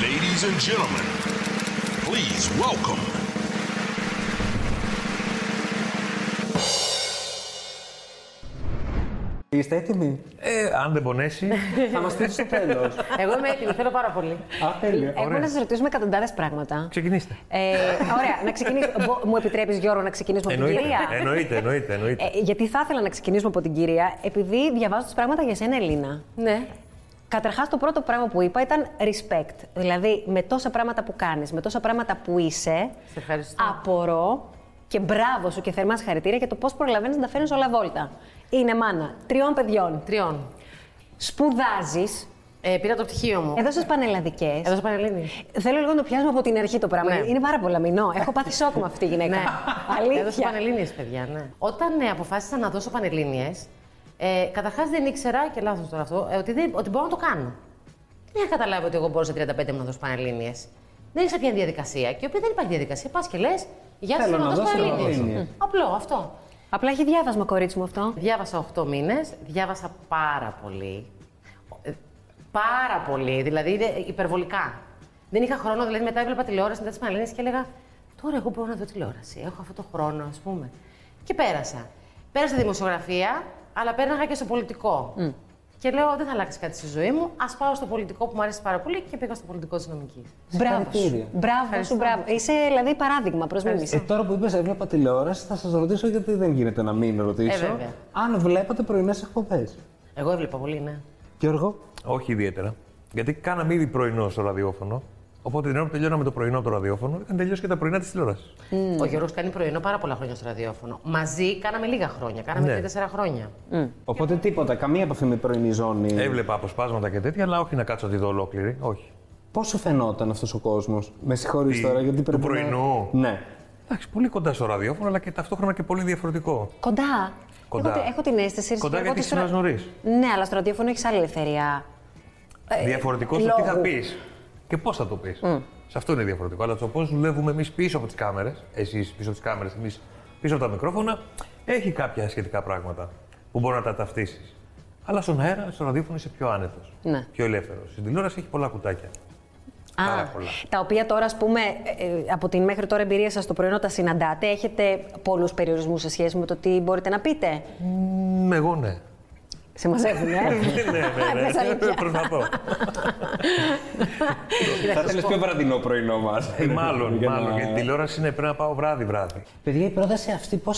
Ladies and gentlemen, please welcome. Είστε έτοιμοι. Ε, αν δεν πονέσει. Θα μας πείτε στο τέλος. Εγώ είμαι έτοιμη, θέλω πάρα πολύ. Α, τέλεια. Έχουμε να σας ρωτήσουμε εκατοντάδες πράγματα. Ξεκινήστε. Ε, ωραία, να ξεκινήσω. Μπο- Μου επιτρέπεις, Γιώργο, να ξεκινήσουμε από την Εννοείται. κυρία. Εννοείται, εννοείται, εννοείται. Ε, γιατί θα ήθελα να ξεκινήσουμε από την κυρία, επειδή διαβάζω τις πράγματα για σένα, Ελίνα. Ναι. Καταρχάς, το πρώτο πράγμα που είπα ήταν respect. Δηλαδή, με τόσα πράγματα που κάνεις, με τόσα πράγματα που είσαι, Σε ευχαριστώ. απορώ και μπράβο σου και θερμά συγχαρητήρια για το πώς προλαβαίνεις να τα φέρνεις όλα βόλτα. Είναι μάνα τριών παιδιών. Τριών. Σπουδάζεις. Ε, πήρα το πτυχίο μου. Εδώ στι πανελλαδικές. Εδώ στο Πανελλήνιο. Θέλω λίγο να το πιάσουμε από την αρχή το πράγμα. Ναι. Είναι πάρα πολλά μηνό. Έχω πάθει σοκ με αυτή τη γυναίκα. Ναι. Αλήθεια. Εδώ στο Πανελλήνιες, παιδιά, ναι. Όταν ε, αποφάσισα να δώσω Πανελλήνιες, ε, καταρχάς δεν ήξερα, και λάθος τώρα αυτό, ε, ότι, δεν, ότι μπορώ να το κάνω. Δεν είχα καταλάβει ότι εγώ μπορώ σε 35 μου να δώσω Πανελλήνιες. Δεν ήξερα ποια είναι η διαδικασία. Και η οποία δεν υπάρχει διαδικασία. Πας και λες, Γεια σα, Θέλω θέλω να να δώσω δώσω Πανελλήνιες. Πανελλήνιες. Μμ. Απλό αυτό. Απλά έχει διάβασμα, κορίτσι μου αυτό. Διάβασα 8 μήνες, διάβασα πάρα πολύ. Ε, Πάρα πολύ, δηλαδή είναι υπερβολικά. Δεν είχα χρόνο, δηλαδή μετά έβλεπα τηλεόραση μετά τις Πανελλήνιες και έλεγα Τώρα εγώ μπορώ να δω τηλεόραση. Έχω αυτό το χρόνο, ας πούμε. Και πέρασα. Πέρασα δημοσιογραφία, αλλά πέρναγα και στο πολιτικό. Και λέω: Δεν θα αλλάξει κάτι στη ζωή μου. Ας πάω στο πολιτικό που μου αρέσει πάρα πολύ και πήγα στο πολιτικό της νομικής. Μπράβο. Συγχαρητήρια. σου. Μπράβο σου, μπράβο. Είσαι δηλαδή παράδειγμα προ Ε, μίμηση. τώρα που είπες, έβλεπα τηλεόραση, θα σας ρωτήσω γιατί δεν γίνεται να μην ρωτήσω. Ε, βέβαια. αν βλέπατε πρωινές εκπομπές. Εγώ έβλεπα πολύ, ναι. Γιώργο, Όχι ιδιαίτερα. Γιατί κάναμε ήδη πρωινό στο ραδιόφωνο. Οπότε την ώρα που τελειώναμε το πρωινό το ραδιόφωνο, είχαν τελειώσει και τα πρωινά της τηλεόρασης. Ο Γιώργος κάνει πρωινό πάρα πολλά χρόνια στο ραδιόφωνο. Μαζί κάναμε λίγα χρόνια, κάναμε Ναι. τρία-τέσσερα χρόνια. οπότε τίποτα, καμία επαφή με πρωινή ζώνη. Έβλεπα αποσπάσματα και τέτοια, αλλά όχι να κάτσω να τη δω ολόκληρη. Όχι. Πώ σου φαινόταν αυτός ο κόσμος, Με συγχωρείς Τι, τώρα γιατί του πρέπει. να- πρωινού? Ναι. Εντάξει, πολύ κοντά στο ραδιόφωνο, αλλά και ταυτόχρονα και πολύ διαφορετικό. Κοντά. Κοντά. Έχω, έχω την αίσθηση. Κοντά εγώ γιατί ότι στο ρα- ξυπνάς νωρίς. Ναι, αλλά στο ραδιόφωνο έχεις άλλη ελευθερία. Ε, διαφορετικό στο τι θα λόγου. πεις και πώς θα το πεις. Σε αυτό είναι διαφορετικό. Αλλά το πώς δουλεύουμε εμείς πίσω από τις κάμερες, εσείς πίσω από τις κάμερες, εμείς πίσω από τα μικρόφωνα, έχει κάποια σχετικά πράγματα που μπορεί να τα ταυτίσεις. Αλλά στον αέρα, στο ραδιόφωνο είσαι πιο άνετος. Ναι. Πιο ελεύθερος. Στην τηλεόραση έχει πολλά κουτάκια. Πάρα πολλά. Τα οποία τώρα, ας πούμε, ε, ε, από την μέχρι τώρα εμπειρία σας το πρωινό τα συναντάτε. Έχετε πολλούς περιορισμούς σε σχέση με το τι μπορείτε να πείτε. Μ, εγώ ναι. Σε μαζεύουν, ε. ναι, ναι, Πες αλήθεια. ναι. Προσπαθώ. Θα θέλει πιο βραδινό πρωινό μας. Ε, μάλλον, μάλλον. Γιατί τηλεόραση είναι πρέπει να πάω βράδυ-βράδυ. Παιδιά, η πρόταση αυτή πώς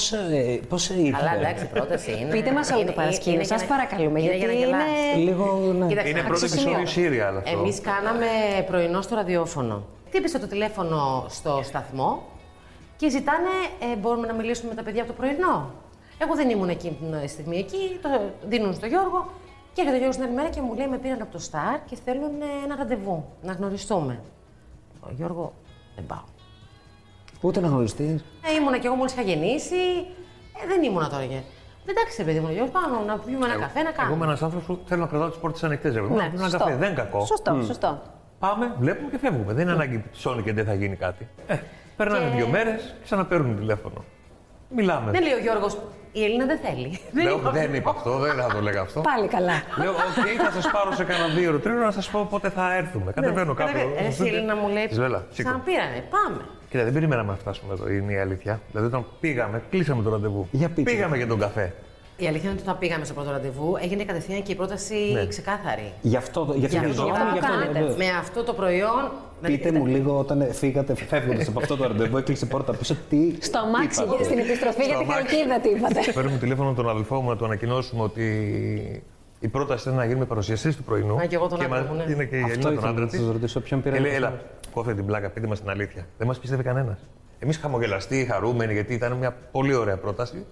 ήρθε. Αλλά εντάξει, πρόταση είναι. Πείτε μας όλο το Είναι- παρασκήνιο, είναι για σας να- παρακαλούμε, είναι για να γιατί γελάς. είναι- Λίγο. Ναι. Ε, Κοίταξε, Είναι να πρώτο ξεσημειώ. επεισόδιο serial αυτό. Εμείς κάναμε πρωινό στο ραδιόφωνο. Χτύπησε το τηλέφωνο στο σταθμό και ζητάνε, ε, μπορούμε να μιλήσουμε με τα παιδιά από το πρωινό. Εγώ δεν ήμουν εκείνη την ε, στιγμή εκεί, το δίνουν στο Γιώργο και έρχεται ο Γιώργος την άλλη μέρα και μου λέει με πήραν από το Σταρ και θέλουν ε, ένα ραντεβού, να γνωριστούμε. Ο Γιώργο, δεν πάω. Ούτε να γνωριστείς. Ε, ήμουνα κι εγώ μόλις είχα γεννήσει. Ε, δεν ήμουνα τώρα και. Εντάξει, ρε παιδί μου, Γιώργο, πάμε να πιούμε ένα καφέ, να Εγώ κάνουμε. είμαι ένας άνθρωπος που θέλω να κρατάω τις πόρτες ανοιχτέ. Ναι, Ναι, ένα σωστό. καφέ. Δεν είναι κακό. Σωστό, σωστό. Πάμε, βλέπουμε και φεύγουμε. Δεν είναι ανάγκη που ψώνει και δεν θα γίνει κάτι. Ε, περνάνε δύο μέρες, ξαναπαίρνουν τηλέφωνο. Μιλάμε. Δεν λέει ο Γιώργος, η Ελίνα δεν θέλει. Λέω, δεν είπα αυτό, δεν θα το λέγα αυτό. Πάλι καλά. Λέω, οκ, θα σας πάρω σε κανένα δύο ώρε να σας πω πότε θα έρθουμε. Κατεβαίνω κάπου. Ε, Εσύ η Ελίνα μου λέει. Της λέω, «Έλα, σήκω». Ξαναπήρανε, πάμε. Κοίτα, δεν περιμέναμε να φτάσουμε εδώ, είναι η αλήθεια. Δηλαδή, όταν πήγαμε, κλείσαμε το ραντεβού. Για πείτε. πήγαμε για τον καφέ. Η αλήθεια είναι ότι όταν πήγαμε στο πρώτο ραντεβού έγινε κατευθείαν και η πρόταση Ναι. ξεκάθαρη. Γι' αυτό το. Γι' αυτό αυτό Ε, το. που γι' αυτό- κάνετε. ναι. Με αυτό το προϊόν. Πείτε μου λίγο όταν ε, φύγατε, φεύγοντας από αυτό το ραντεβού, έκλεισε πόρτα πίσω. Τι. Στο αμάξι, είπατε. στην επιστροφή για Στο την αμάξι. Χαλκίδα, τι είπατε. Παίρνουμε τηλέφωνο τον αδελφό μου να του ανακοινώσουμε ότι η πρόταση ήταν να γίνουμε παρουσιαστή του πρωινού. Α, και εγώ τον άντρα μα- μου, ναι. Είναι και η Αυτό Ελίνα τον ήθελα άντρα να της. σας ρωτήσω, ποιον πήρατε Λέει, εσείς? έλα, κόφτε την πλάκα, πείτε μας την αλήθεια. Δεν μας πίστευε κανένας. Εμείς χαμογελαστοί, χαρούμενοι, γιατί ήταν μια πολύ ωραία πρόταση.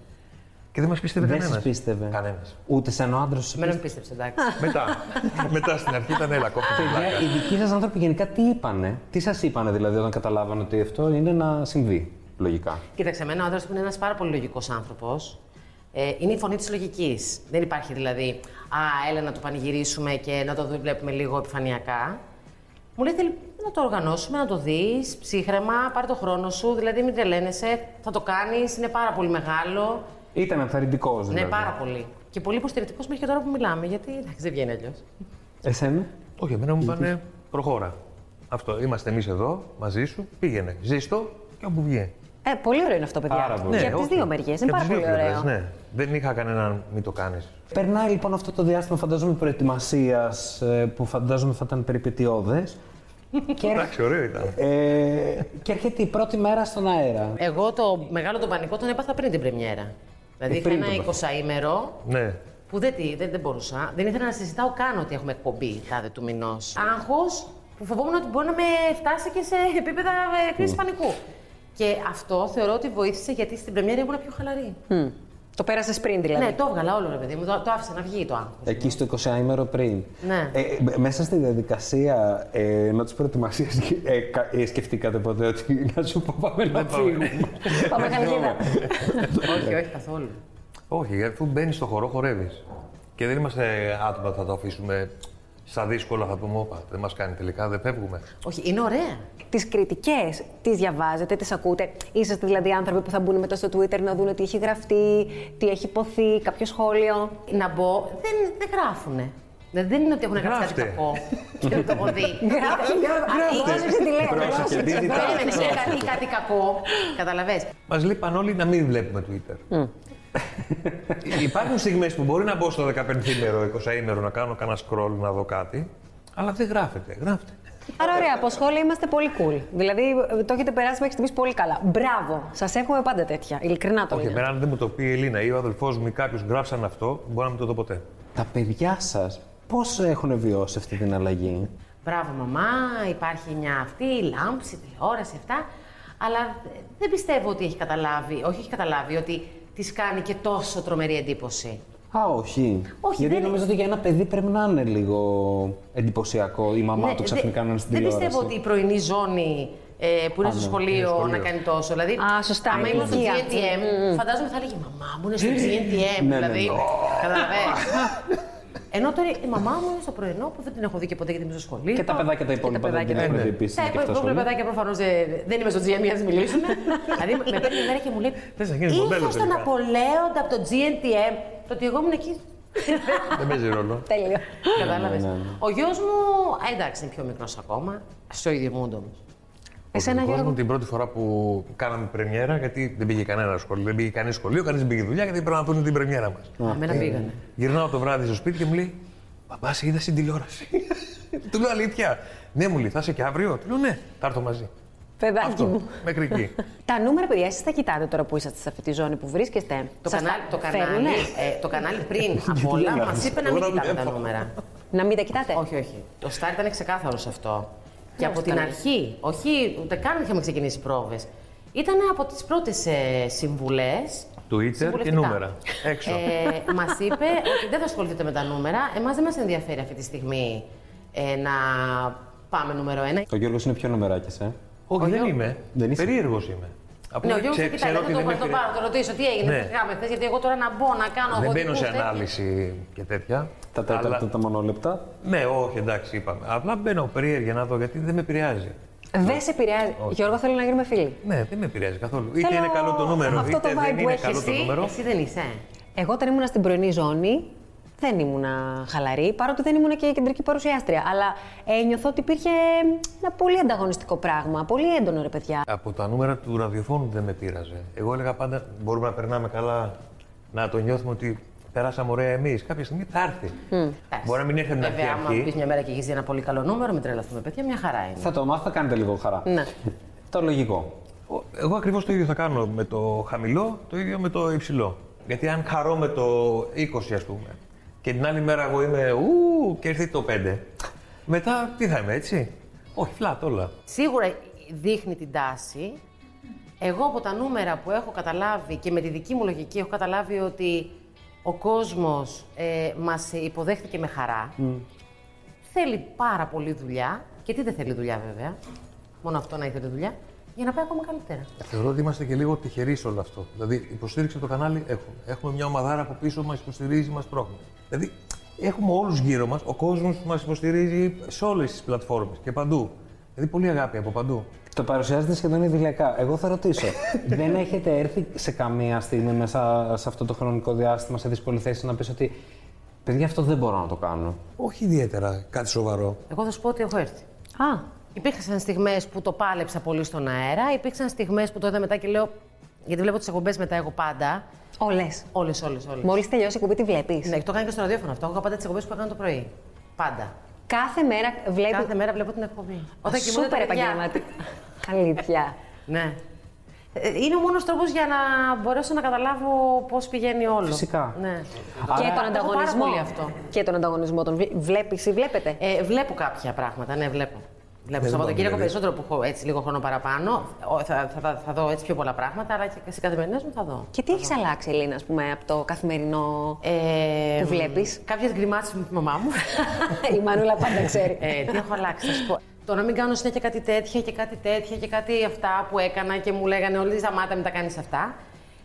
Και δεν μας πίστευε Δεν κανένας. σας πίστευε. Κανένας. Ούτε σαν ο άντρας σου. Εμένα με πίστεψε, εντάξει. Μετά, μετά στην αρχή ήταν έλα, κόφτε την πλάκα. Παιδιά, οι δικοί σας άνθρωποι γενικά τι είπανε, τι σας είπανε δηλαδή όταν καταλάβανε ότι αυτό είναι να συμβεί. Λογικά. Κοίταξε, εμένα ο άντρας μου είναι ένας πάρα πολύ λογικός άνθρωπος. Ε, είναι η φωνή της λογικής. Δεν υπάρχει δηλαδή, Α, έλα να το πανηγυρίσουμε και να το βλέπουμε λίγο επιφανειακά. Μου λέει, «Θέλει να το οργανώσουμε, να το δεις ψύχρεμα, πάρε το χρόνο σου. Δηλαδή, μην τρελαίνεσαι, θα το κάνεις, είναι πάρα πολύ μεγάλο. Ήταν ενθαρρυντικός δηλαδή. Ναι, πάρα πολύ. Και πολύ υποστηρικτικός μέχρι και τώρα που μιλάμε, γιατί εντάξει, δεν βγαίνει αλλιώς. Εσένα. Όχι, εμένα μου πάνε προχώρα. Αυτό. Είμαστε εμείς εδώ μαζί σου. Πήγαινε. Ζήστο και όπου βγαίνει. Ε, πολύ ωραίο είναι αυτό, παιδιά. Πάρα πολύ. Και Ναι, από τις όχι. δύο μεριές. Και Είναι πάρα από τις πολύ δύο πλευρές, ωραίο. Ε. Ναι. Δεν είχα κανέναν μη το κάνεις. Περνάει λοιπόν αυτό το διάστημα φαντάζομαι προετοιμασίας που φαντάζομαι θα ήταν περιπετειώδες. και, έρχ- Εντάξει, ωραίο ήταν. ε, και έρχεται η πρώτη μέρα στον αέρα. Εγώ το μεγάλο τον πανικό τον έπαθα πριν την πρεμιέρα. Δηλαδή είχα Ε, πριν ένα τον 20ήμερο Ναι. που δεν, τη- δεν, δεν μπορούσα. Δεν ήθελα να συζητάω καν ότι έχουμε εκπομπή τάδε του μηνός. Άγχος που φοβόμουν ότι μπορεί να με φτάσει και σε επίπεδα ε, κρίση πανικού. Και αυτό θεωρώ ότι βοήθησε γιατί στην πρεμιέρα ήμουν πιο χαλαρή. Μμμ. Το πέρασες πριν δηλαδή. Ναι, το έβγαλα όλο ρε παιδί μου. Το, το άφησα να βγει το άγχος. Εκεί στο 20 ημέρο πριν. Ναι. Ε, ε, μέσα στη διαδικασία ε, ενώ της προετοιμασίας ε, κα- ε, σκεφτήκατε ποτέ ότι να σου πω πάμε να φύγουμε. Πάμε χαλκίδα. όχι, όχι καθόλου. Όχι, γιατί αφού μπαίνεις στο χορό, χορεύεις. Και δεν είμαστε άτομα που θα το αφήσουμε στα δύσκολα, θα πούμε όπα. Δεν μας κάνει τελικά, δεν φεύγουμε. Όχι, είναι ωραία. τις κριτικές τις διαβάζετε, τις ακούτε. Είσαστε δηλαδή άνθρωποι που θα μπουν μετά στο Twitter να δουν τι έχει γραφτεί, τι έχει υποθεί, κάποιο σχόλιο. Να μπω, δεν, δεν γράφουνε. Δηλαδή δεν είναι ότι έχουν γράψει κάτι Γράφτε. κακό και δεν το έχω δει. Γράφει, Ε, γράφτε. γράφει. τη λέξη. Πρόσεχε, τι Δεν είναι διτάξεις. κάτι, κάτι κακό. Καταλαβες. Μας λείπαν όλοι να μην βλέπουμε Twitter. Υ- Υπάρχουν στιγμές που μπορεί να μπω στο 15ήμερο, 20ήμερο να κάνω κανένα scroll να δω κάτι, αλλά δεν γράφεται. Γράφεται. Άρα, ωραία, από σχόλια είμαστε πολύ cool. Δηλαδή, ε, το έχετε περάσει μέχρι στιγμής πολύ καλά. Μπράβο. Σας εύχομαι πάντα τέτοια. Ειλικρινά το Όχι, λέω. εμένα αν δεν μου το πει η Ελίνα ή ο αδελφός μου ή κάποιος γράψαν αυτό, μπορεί να μην το δω ποτέ. Τα παιδιά σας πώς έχουν βιώσει αυτή την αλλαγή. Μπράβο μαμά, υπάρχει μια αυτή, η λάμψη, η τηλεόραση, αυτά. Αλλά δεν πιστεύω ότι έχει καταλάβει, όχι έχει καταλάβει ότι της κάνει και τόσο τρομερή εντύπωση. Α, όχι. Όχι, Γιατί δεν- νομίζω ότι για ένα παιδί πρέπει να είναι λίγο εντυπωσιακό η μαμά Ναι, του δε- ξαφνικά να είναι στην Δεν τηλεόραση. ναι, πιστεύω ότι η πρωινή ζώνη ε, που είναι στο σχολείο, να κάνει τόσο. Δηλαδή, Α, σωστά, άμα η ήμουν στο ηλικία. Mm, GNTM, φαντάζομαι θα έλεγε Μαμά μου είναι στο GNTM. Ναι, ναι, δηλαδή. ναι. Καταλαβαίνεις. Ενώ τώρα η μαμά μου είναι στο πρωινό που δεν την έχω δει και ποτέ γιατί είμαι στο σχολείο. Και τα παιδάκια τα υπόλοιπα δεν παιδάκια την ναι. τα έχουν δει υπόλοιπα. επίση. Τα υπόλοιπα παιδάκια προφανώς ε, δεν είμαι στο GM για να μιλήσουν. δηλαδή με παίρνει η μέρα και μου λέει. Θες να γίνεις μοντέλο Ήρθα στον τελικά». Απολέοντα από το GNTM. Το ότι εγώ ήμουν εκεί. δεν παίζει ρόλο. Τέλειο. Κατάλαβε. ναι, ναι. Ο γιος μου ε, εντάξει είναι πιο μικρός ακόμα. Στο ίδιο μούντο όμω. Εσένα, Ο δικός Γιώργο. μου την πρώτη φορά που κάναμε πρεμιέρα, γιατί δεν πήγε κανένα σχολείο, δεν πήγε κανείς σχολείο, κανείς δεν πήγε δουλειά, γιατί πρέπει να δουν την πρεμιέρα μας. Αμένα ε, πήγανε. Γυρνάω το βράδυ στο σπίτι και μου λέει Παπά, σε είδα στην τηλεόραση. του λέω αλήθεια. Ναι, μου λέει, θα είσαι και αύριο. Του λέω ναι, θα έρθω μαζί. Παιδάκι μου. Μέχρι εκεί. Τα νούμερα, παιδιά, εσείς τα κοιτάτε τώρα που είσαστε σε αυτή τη ζώνη που βρίσκεστε. Το, Σας τα κανάλι, το, φέρουνε? κανάλι, ε, το κανάλι πριν από όλα μας είπε να μην κοιτάμε τα νούμερα. Να μην τα κοιτάτε. όχι, όχι. Το Στάρ ήταν ξεκάθαρο σε αυτό. Και από την αρχή, όχι, ούτε καν είχαμε ξεκινήσει πρόβες. Ήταν από τις πρώτες ε, συμβουλές. Twitter και συμβουλευτικά. νούμερα. Έξω. Ε, μας είπε ότι δεν θα ασχοληθείτε με τα νούμερα. Εμάς δεν μας ενδιαφέρει αυτή τη στιγμή ε, να πάμε νούμερο ένα. Ο Γιώργος είναι πιο νομεράκια, ε. Όχι, δεν είμαι. Δεν είσαι. Περίεργος είμαι. Απλά Ναι, ο Γιώργος ξέ- με κοιτάει, ξέρω δεν ότι θα το, δεν θα το με πάρω, το ρωτήσω τι έγινε, Ναι. τι πήγαμε χθες, γιατί εγώ τώρα να μπω να κάνω πειράζει. Δεν μπαίνω οδηγούς, σε τέτοια. ανάλυση και τέτοια. Τα τέταρτα, τα μονόλεπτα. Ναι, όχι, εντάξει, είπαμε. Απλά μπαίνω περίεργα να δω γιατί δεν με επηρεάζει. Δεν σε επηρεάζει. Γιώργο, θέλω να γίνουμε φίλοι. Ναι, δεν με επηρεάζει καθόλου. Είτε Θέλω είναι καλό το νούμερο, αυτό το είτε vibe δεν που είναι έχεις καλό το Εσύ, νούμερο. εσύ δεν είσαι. Εγώ όταν ήμουνα στην πρωινή ζώνη, δεν ήμουνα χαλαρή, παρότι δεν ήμουνα και κεντρική παρουσιάστρια. Αλλά ένιωθω ότι υπήρχε ένα πολύ ανταγωνιστικό πράγμα. Πολύ έντονο, ρε παιδιά. Από τα νούμερα του ραδιοφώνου δεν με πείραζε. Εγώ έλεγα πάντα μπορούμε να περνάμε καλά, να το νιώθουμε ότι περάσαμε ωραία εμείς. Κάποια στιγμή θα έρθει. Μπορεί να μην έρθει από την αρχή. Βέβαια, άμα αρχή. πεις μια μέρα και έχεις ένα πολύ καλό νούμερο, μην τρελαθούμε, παιδιά, μια χαρά είναι. Θα το μάθω, θα κάνετε λίγο χαρά. Ναι. Το λογικό. Ο- Εγώ ακριβώς το ίδιο θα κάνω με το χαμηλό, το ίδιο με το υψηλό. Γιατί αν χαρώ με το 20, ας πούμε, και την άλλη μέρα εγώ είμαι ου και έρθει το 5, μετά τι θα είμαι, έτσι. Όχι, φλάτ όλα. Σίγουρα δείχνει την τάση. Εγώ από τα νούμερα που έχω καταλάβει και με τη δική μου λογική έχω καταλάβει ότι ο κόσμος ε, μας υποδέχτηκε με χαρά. Θέλει πάρα πολύ δουλειά. Και τι δεν θέλει δουλειά βέβαια. Μόνο αυτό να ήθελε δουλειά. Για να πάει ακόμα καλύτερα. Θεωρώ ότι είμαστε και λίγο τυχεροί σε όλο αυτό. Δηλαδή, υποστήριξη από το κανάλι έχουμε. Έχουμε μια ομαδάρα από πίσω μας υποστηρίζει, μας πρόχνει. Δηλαδή, έχουμε όλους γύρω μας, ο κόσμος μας υποστηρίζει σε όλες τις πλατφόρμες και παντού. Δηλαδή, πολύ αγάπη από παντού. Το παρουσιάζετε σχεδόν ιδηλιακά. Εγώ θα ρωτήσω, δεν έχετε έρθει σε καμία στιγμή μέσα σε αυτό το χρονικό διάστημα σε δύσκολη θέση να πεις ότι παιδιά αυτό δεν μπορώ να το κάνω. Όχι ιδιαίτερα κάτι σοβαρό. Εγώ θα σου πω ότι έχω έρθει. Α, Υπήρξαν στιγμές που το πάλεψα πολύ στον αέρα, υπήρξαν στιγμές που το είδα μετά και λέω. Γιατί βλέπω τις εκπομπές μετά εγώ πάντα. Όλες. Όλες, όλες, όλες. Μόλις τελειώσει η κουμπί, τη βλέπεις. Ναι, και το έκανα και στο ραδιόφωνο αυτό. Εγώ πάντα τις εκπομπές που έκανα το πρωί. Πάντα. Κάθε μέρα βλέπει. Κάθε μέρα βλέπω την εκπομπή. κοιμούνται Ε, Σούπερ τα παιδιά. επαγγελματία. Αλήθεια. Ναι. Ε, Είναι ο μόνος τρόπος για να μπορέσω να καταλάβω πώς πηγαίνει όλο. Φυσικά. Ναι. και τον το έχω πάρα ανταγωνισμό. πολύ αυτό. Και τον ανταγωνισμό. Τον βλέπεις ή βλέπετε. Ε, βλέπω κάποια πράγματα, ναι, βλέπω. Βλέπω Δεν στο Σαββατοκύριακο πάμε, δηλαδή. περισσότερο που έχω έτσι λίγο χρόνο παραπάνω. ο, Θα, θα, τα- θα δω έτσι πιο πολλά πράγματα, αλλά και σε καθημερινές μου θα δω. Και τι έχει αλλάξει, Ελίνα, ας πούμε, από το καθημερινό. Ε, Που βλέπεις. Κάποιες γκριμάτσε με τη μαμά μου. Η Μανούλα πάντα ξέρει. ε, τι έχω αλλάξει, θα σου πω. Το να μην κάνω συνέχεια κάτι τέτοια και κάτι τέτοια και κάτι αυτά που έκανα και μου λέγανε όλοι σταμάτα μην τα κάνεις αυτά.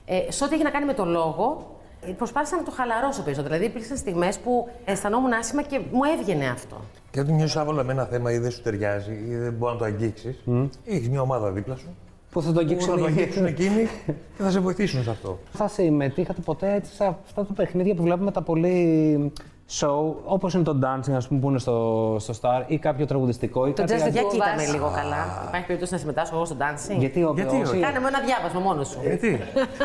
Ε, σε ό,τι έχει να κάνει με το λόγο, ε, προσπάθησα να το χαλαρώσω περισσότερο. Δηλαδή υπήρξαν στιγμές που αισθανόμουν άσχημα και μου έβγαινε αυτό. Και όταν νιώθει άβολα με ένα θέμα ή δεν σου ταιριάζει ή δεν μπορεί να το αγγίξεις, έχεις μια ομάδα δίπλα σου. Που θα το Που θα αγγίξουν το οι αγγίξουν εκείνοι και θα σε βοηθήσουν σε αυτό. Θα συμμετείχατε ποτέ έτσι σε αυτά τα παιχνίδια που βλέπουμε τα πολύ show, όπως είναι το dancing, ας πούμε, που είναι στο, στο Star ή κάποιο τραγουδιστικό ή Το κάτι Just the άλλο. Για Του κοίτα με βάζει. λίγο καλά. Υπάρχει περίπτωση να συμμετάσχω εγώ στο dancing. Γιατί, ό, Γιατί όσοι- όχι. Κάνε μου ένα διάβασμα μόνος Ε. σου. Γιατί,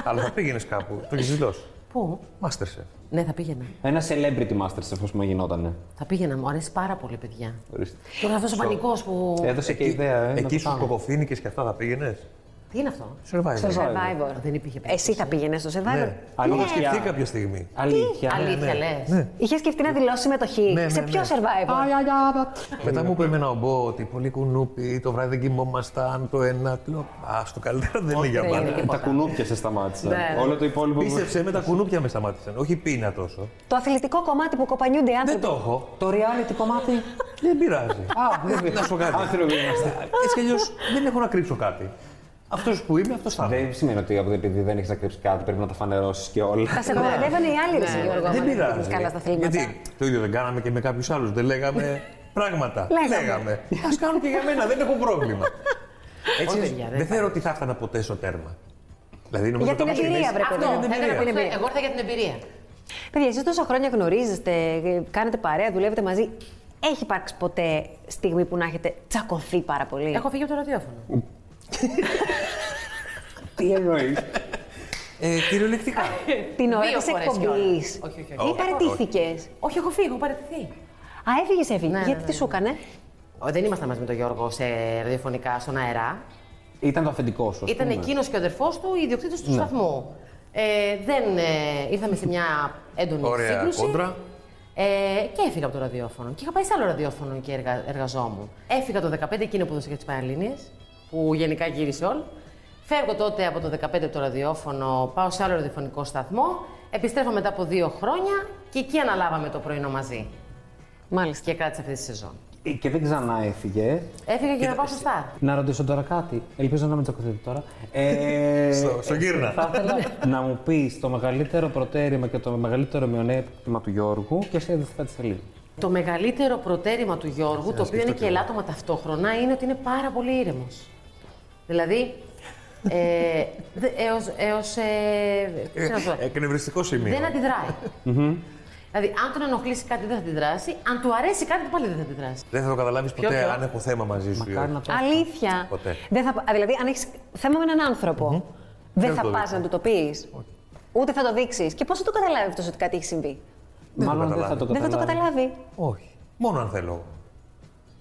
αλλά θα πήγαινες κάπου, το έχεις δηλώσει. Πού? Μάστερσε. Ναι, θα πήγαινα. Ένα celebrity masterchef, ας πούμε, γινότανε. Θα πήγαινα. Μου αρέσει πάρα πολύ, παιδιά. Ορίστε. Τώρα αυτός ο πανικός που. Έδωσε και ιδέα, ε, να Εκεί το στους πάμε. κοκοφίνικες και αυτά θα πήγαινες. Τι είναι αυτό. Στο Survivor. survivor. Δεν υπήρχε περίπτωση. Εσύ θα πήγαινες στο survivor. Ναι. Αλήθεια. Το έχω σκεφτεί κάποια στιγμή. Αλήθεια. Αλήθεια λες. Ναι. Είχες σκεφτεί να δηλώσει συμμετοχή. Ναι, ναι, σε ναι. ποιο survivor. Μετά μου είπε εμένα ο Μπό ότι πολύ κουνούπι, το βράδυ δεν κοιμόμασταν, το ένα. Του λέω, Α, το καλύτερο δεν είναι για δεν είναι μένα. Τα κουνούπια σε σταμάτησαν. Ναι. Όλο το υπόλοιπο. Πίστεψε με τα κουνούπια με σταμάτησαν. Όχι η πείνα τόσο. Το αθλητικό κομμάτι που κοπανιούνται οι Δεν άνθρωποι. το έχω. Το reality κομμάτι. Δεν πειράζει. Α, δεν Να σου πω κάτι. Άνθρωποι είμαστε. Έτσι κι αλλιώς δεν έχω να κρύψω κάτι. Αυτός που είμαι, αυτός θα είμαι. Δεν σημαίνει ότι επειδή δεν έχεις να κρύψεις κάτι πρέπει να τα φανερώσεις και όλα. Θα σε κοροϊδεύανε οι Ναι, άλλοι, Ρε Γιώργο. Δεν άμα πήγαινες πειράζει. Καλά στα αθλήματα. Γιατί το ίδιο δεν κάναμε και με κάποιους άλλους. Δεν λέγαμε πράγματα. Λέγαμε. Ας κάνουν και για μένα, δεν έχω πρόβλημα. Έτσι, παιδιά, δεν δεν θεωρώ ότι θα έφτανα ποτέ στο τέρμα. Δηλαδή, νομίζω Για ότι την άμα εμπειρία, ξεκινήσεις- βρε παιδί. Αυτό. μου. την έκανα εμπειρία. που ήρθα- Εγώ ήρθα για την εμπειρία. Παιδιά, εσείς τόσα χρόνια γνωρίζεστε, ε, κάνετε παρέα, δουλεύετε μαζί. Έχει υπάρξει ποτέ στιγμή που να έχετε τσακωθεί πάρα πολύ. Ε, Έχω φύγει από το ραδιόφωνο. Τι εννοείς. Ε, κυριολεκτικά. Την ώρα Δύο της φορές εκπομπής. κιόλας. Όχι, όχι, Ή όχι. παραιτήθηκες. Όχι, έχω φύγει, έχω παραιτηθεί. Α, έφυγες, έφυγες. Ναι, ναι, Γιατί ναι, τι σου έκανε. Ο, Δεν ήμασταν μαζί με τον Γιώργο σε ραδιοφωνικά στον αερά. Ήταν το αφεντικό σου. ας Ήταν πούμε. εκείνος και ο αδερφός του, οι ιδιοκτήτες του σταθμού. Ε, δεν ε, ήρθαμε σε μια έντονη Ωραία σύγκρουση. κόντρα. Ε, και έφυγα από το ραδιόφωνο. Και είχα πάει σε άλλο ραδιόφωνο και εργα, εργαζόμουν. Έφυγα το 15 εκείνο που δώσα για τις Πανελλήνιε, που γενικά γύρισε όλο. Φεύγω τότε από το 15 από το ραδιόφωνο, πάω σε άλλο ραδιοφωνικό σταθμό. Επιστρέφω μετά από δύο χρόνια και εκεί αναλάβαμε το πρωινό μαζί. Μάλιστα. Και κράτησε αυτή τη σεζόν. Ε, Και δεν ξανά έφυγε. Έφυγα για να πάω στο Star. Να ρωτήσω τώρα κάτι. Ελπίζω να μην τσακωθείτε τώρα. Ε, Στο- στο γύρνα. Θα ήθελα να μου πεις το μεγαλύτερο προτέρημα και το μεγαλύτερο μειονέκτημα του Γιώργου και εσύ δεν θα τη σελίδα. Το μεγαλύτερο προτέρημα του Γιώργου, το οποίο είναι και ελάττωμα ταυτόχρονα, είναι ότι είναι πάρα πολύ ήρεμος. Δηλαδή. Ε, δε- έως, έως, ε, τι να σου πω, Εκνευριστικό σημείο. δεν αντιδράει. δηλαδή, αν τον ενοχλήσει κάτι, δεν θα αντιδράσει. Αν του αρέσει κάτι, πάλι δεν θα αντιδράσει. Δεν θα το καταλάβεις Ποιο ποτέ πιο? αν έχω θέμα μαζί σου. ε. ή Μακάρι όχι. να το. Αλήθεια. Ποτέ. Δεν θα, α, δηλαδή, αν έχεις θέμα με έναν άνθρωπο, δεν Δεν θα το πας δείξω. να του το πεις. Ούτε θα το δείξεις. Και πώς θα το καταλάβει αυτός ότι κάτι έχει συμβεί. Μάλλον το δεν θα το καταλάβει. Δεν θα καταλάβει. το καταλάβει. Όχι. Μόνο αν θέλω.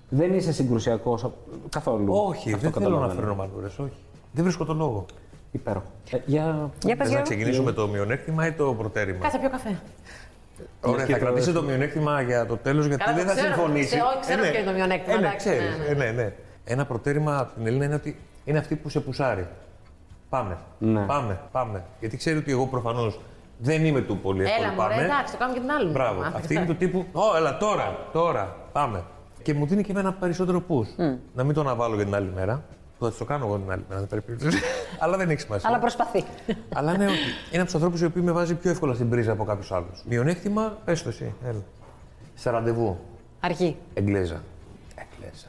Δεν είσαι συγκρουσιακός καθόλου. Όχι, Αυτό δεν θέλω να καταλαβαίνω. φέρνω μαλούρε. Όχι. Δεν βρίσκω τον λόγο. Υπέροχο. Ε, για... Για πες, Θες να Γιώργο. ξεκινήσουμε το μειονέκτημα ή το προτέρημα. Κάτσε πιο καφέ. Ωραία, Και θα το- κρατήσει το μειονέκτημα για το τέλος γιατί Καλά, το δεν θα ξέρω, συμφωνήσεις. ξέρω, ξέρω ναι. ποιο είναι το μειονέκτημα, Ε, ναι, εντάξει, ξέρεις. ναι, ναι. Ε, ναι, ναι. Ένα προτέρημα από την Ελίνα είναι ότι είναι αυτή που σε πουσάρει. Πάμε. Ναι. Πάμε, πάμε. Γιατί ξέρει ότι εγώ προφανώς δεν είμαι του πολύ Έλα εύκολο, μου, ρε, πάμε. εντάξει, το κάνουμε και την άλλη. Μπράβο. μέρα. Αυτή είναι του τύπου. Ω, έλα τώρα, τώρα, πάμε. Και μου δίνει και εμένα περισσότερο push. Να μην το αναβάλω για την άλλη μέρα. Που θα της το κάνω εγώ την άλλη μέρα, δεν υπάρχει περίπτωση. Αλλά δεν έχει σημασία. Αλλά προσπαθεί. Αλλά ναι, ότι είναι από τους ανθρώπους οι οποίοι με βάζει πιο εύκολα στην πρίζα από κάποιους άλλους. Μειονέκτημα, πες το εσύ. Έλα. Σε ραντεβού. Αργεί. Εγγλέζα. Εγγλέζα.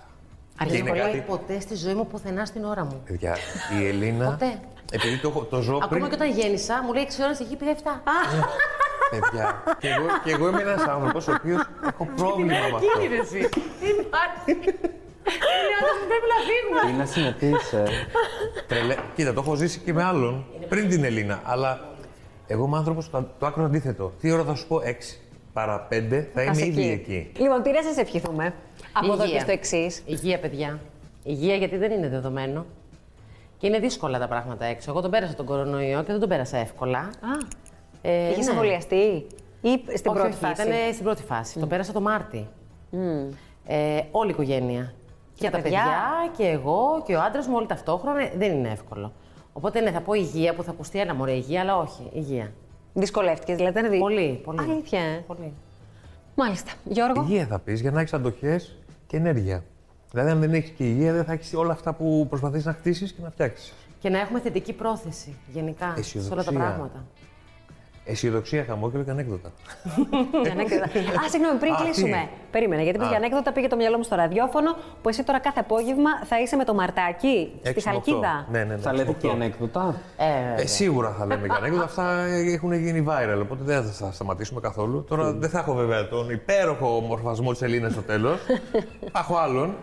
Αρχίζει είναι να κάτι- κολλάει ποτέ στη ζωή μου πουθενά στην ώρα μου. Παιδιά, η Ελίνα. Ποτέ. Επειδή το, έχω- το ζω πριν. Ακόμα και όταν γέννησα, μου λέει 6 ώρε εκεί πήγα 7. Παιδιά, και εγώ, και εγώ είμαι ένας άνθρωπος ο οποίος έχω πρόβλημα με αυτό. Υπάρχει. Πρέπει να φύγουμε. Είναι συνεπής, ε. Ναι, Τρελε... Κοίτα, το έχω ζήσει και με άλλον πριν την Ελίνα. Αλλά εγώ είμαι άνθρωπος το άκρο αντίθετο. Τι ώρα θα σου πω 6 παρά 5 θα είμαι Ας ήδη εκεί. Λοιπόν, τι να σας ευχηθούμε. Από εδώ και στο εξής. Υγεία, παιδιά. Υγεία, γιατί δεν είναι δεδομένο. Και είναι δύσκολα τα πράγματα έξω. Εγώ τον πέρασα τον κορονοϊό και δεν τον πέρασα εύκολα. Ε, Είχε ναι. εμβολιαστεί ή στην Όχι, πρώτη όχι, φάση. Ήταν στην πρώτη φάση. Τον πέρασα το Μάρτι. Ε, όλη η οικογένεια. Και, τα τα παιδιά. και εγώ και ο άντρας μου, όλοι ταυτόχρονα. ε, Δεν είναι εύκολο. Οπότε ναι, θα πω υγεία που θα ακουστεί ένα μωρέ υγεία, αλλά όχι υγεία. Δυσκολεύτηκες, δηλαδή. ήταν δι- Πολύ, πολύ. Αλήθεια. ε. Πολύ. Μάλιστα. Γιώργο. Υγεία θα πεις για να έχεις αντοχές και ενέργεια. Δηλαδή, αν δεν έχεις και υγεία, δεν θα έχεις όλα αυτά που προσπαθείς να χτίσεις και να φτιάξεις. Και να έχουμε θετική πρόθεση γενικά σε όλα τα Αισιοδοξία. πράγματα. Αισιοδοξία, χαμόγελο και ανέκδοτα. Ανέκδοτα. Α, συγγνώμη, πριν Α, τι. κλείσουμε. Περίμενε, γιατί πήγε Α. ανέκδοτα, πήγε το μυαλό μου στο ραδιόφωνο που εσύ τώρα κάθε απόγευμα θα είσαι με το μαρτάκι στη Έξι με οκτώ. Χαλκίδα. Ναι, ναι, ναι. Θα λέτε οκτώ. και ανέκδοτα. Ε, Ε, σίγουρα θα λέμε και ανέκδοτα. Αυτά έχουν γίνει viral, οπότε δεν θα τα σταματήσουμε καθόλου. Τώρα δεν θα έχω βέβαια τον υπέροχο μορφασμό της Ελλήνας στο τέλος. θα έχω άλλον.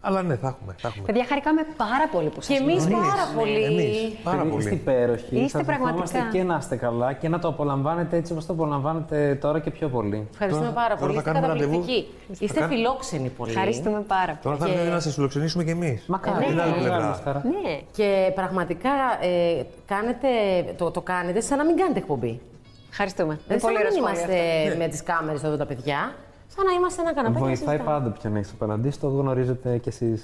Αλλά ναι, θα έχουμε. Θα έχουμε. Παιδιά, χαρήκαμε πάρα πολύ που σας και εμείς πάρα πολύ. Εμείς, πάρα Παιδιά, Είστε πολύ. υπέροχοι. Είστε Σας πραγματικά. ευχόμαστε και να είστε καλά και να το απολαμβάνετε έτσι όπως το απολαμβάνετε τώρα και πιο πολύ. Ευχαριστούμε Τώρα- πάρα τώρα πολύ. θα Είστε κάνουμε ραντεβού. καταπληκτικοί. Θα Είστε κάνουμε- φιλόξενοι πολύ. Ευχαριστούμε πάρα πολύ. Τώρα θα είναι να σε φιλοξενήσουμε κι εμείς. Μακάρι. Την άλλη πλευρά. Ναι. Και πραγματικά ε, κάνετε, το, το κάνετε σαν να μην κάνετε εκπομπή. Ευχαριστούμε. Δεν Είναι σαν πολύ να μην ωραίο είμαστε σχόλιο με τις κάμερες εδώ τα παιδιά, σαν να είμαστε ένα Ναι, καναπέ. και να Βοηθάει συζητάμε. πάντα ποιον έχεις απέναντί σου, το γνωρίζετε κι εσείς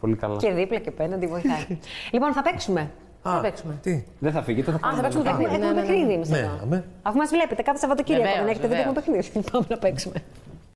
πολύ καλά. αυτό. Και δίπλα και απέναντι βοηθάει. λοιπόν, θα παίξουμε. Α, Θα παίξουμε. Τι. Δεν θα φύγετε, θα Α, θα κάνουμε. παίξουμε Έχουμε, παιχνίδι. ναι, έχουμε ναι, ναι. παιχνίδι εμεί Ναι, εδώ. αμέ. Αφού μας βλέπετε κάθε Σαββατοκύριακο, Βεβαίως, δεν έχετε δει, έχουμε βεβαίως. παιχνίδι. Πάμε να παίξουμε.